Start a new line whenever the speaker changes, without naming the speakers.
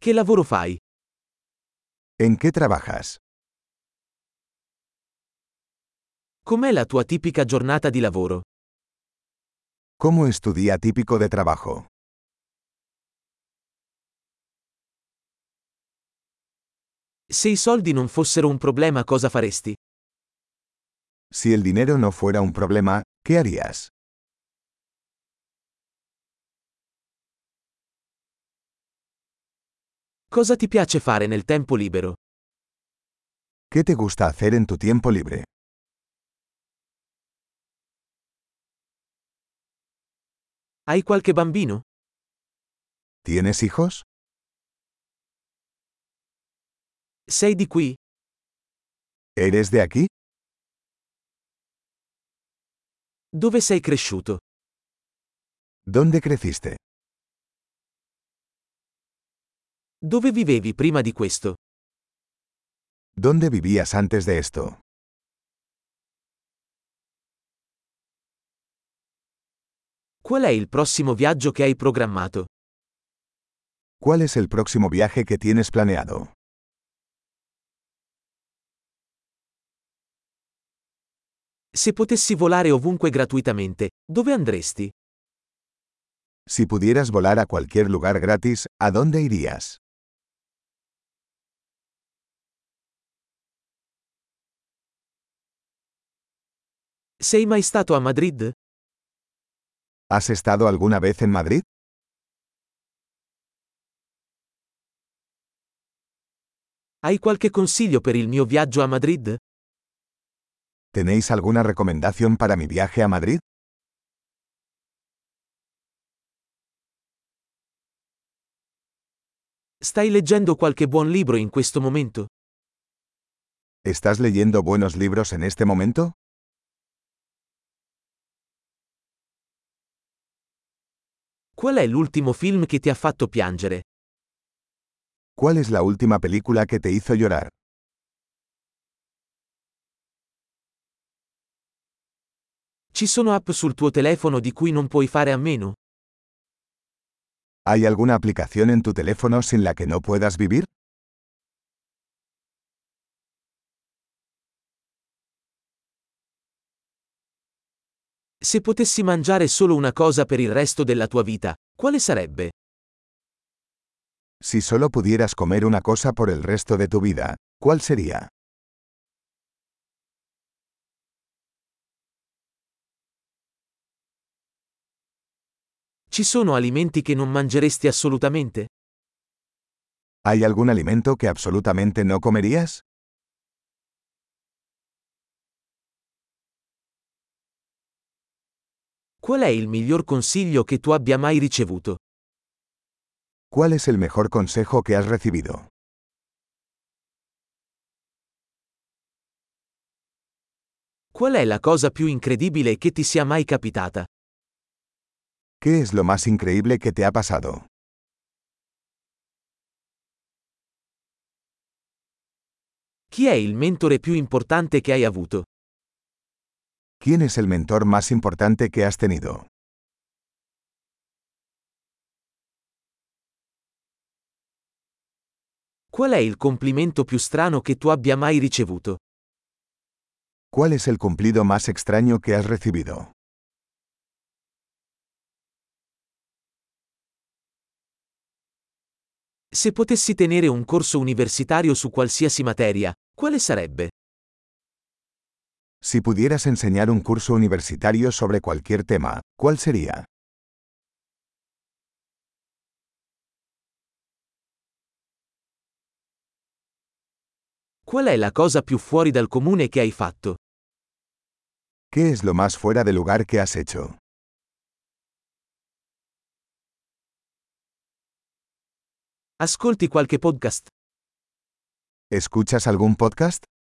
Che lavoro fai?
¿En qué trabajas?
Com'è la tua tipica giornata di lavoro?
¿Cómo es tu día típico de trabajo?
Se i soldi non fossero un problema cosa faresti?
Si el dinero no fuera un problema, ¿qué harías?
Cosa ti piace fare nel tempo libero?
¿Qué te gusta hacer en tu tiempo libre?
Hai qualche bambino?
¿Tienes hijos?
Sei di qui?
¿Eres de aquí?
Dove sei cresciuto?
¿Dónde creciste?
Dove vivevi prima di questo?
¿Dónde vivías antes de esto?
Qual è il prossimo viaggio che hai programmato?
¿Cuál es el próximo viaje que tienes planeado?
Se potessi volare ovunque gratuitamente, dove andresti?
Si pudieras volar a cualquier lugar gratis, ¿a dónde irías?
Sei mai stato a Madrid?
¿Has estado alguna vez en Madrid?
Hai qualche consiglio per il mio viaggio a Madrid?
¿Tenéis alguna recomendación para mi viaje a Madrid?
Stai leggendo qualche buon libro in questo momento?
¿Estás leyendo buenos libros en este momento?
Qual è l'ultimo film che ti ha fatto piangere?
¿Cuál es la última película que te hizo llorar?
Ci sono app sul tuo telefono di cui non puoi fare a meno?
¿Hay alguna aplicación en tu teléfono sin la que no puedas vivir?
Se potessi mangiare solo una cosa per il resto della tua vita, quale sarebbe?
Si solo pudieras comer una cosa por el resto de tu vida, ¿cuál sería?
Ci sono alimenti che non mangeresti assolutamente?
¿Hay algún alimento que absolutamente no comerías?
Qual è il miglior consiglio che tu abbia mai ricevuto?
¿Cuál es el mejor consejo que has recibido?
Qual è la cosa più incredibile che ti sia mai capitata?
¿Qué es lo más increíble que te ha pasado?
Chi è il mentore più importante che hai avuto?
¿Quién es el mentor más importante que has tenido?
Qual è il complimento più strano che tu abbia mai ricevuto?
¿Cuál es el cumplido más extraño que has recibido?
Se potessi tenere un corso universitario su qualsiasi materia, quale sarebbe?
Si pudieras enseñar un curso universitario sobre cualquier tema, ¿cuál sería?
Qual è la cosa più fuori dal comune che hai fatto?
¿Qué es lo más fuera de lugar que has hecho?
Ascolti qualche podcast?
¿Escuchas algún podcast?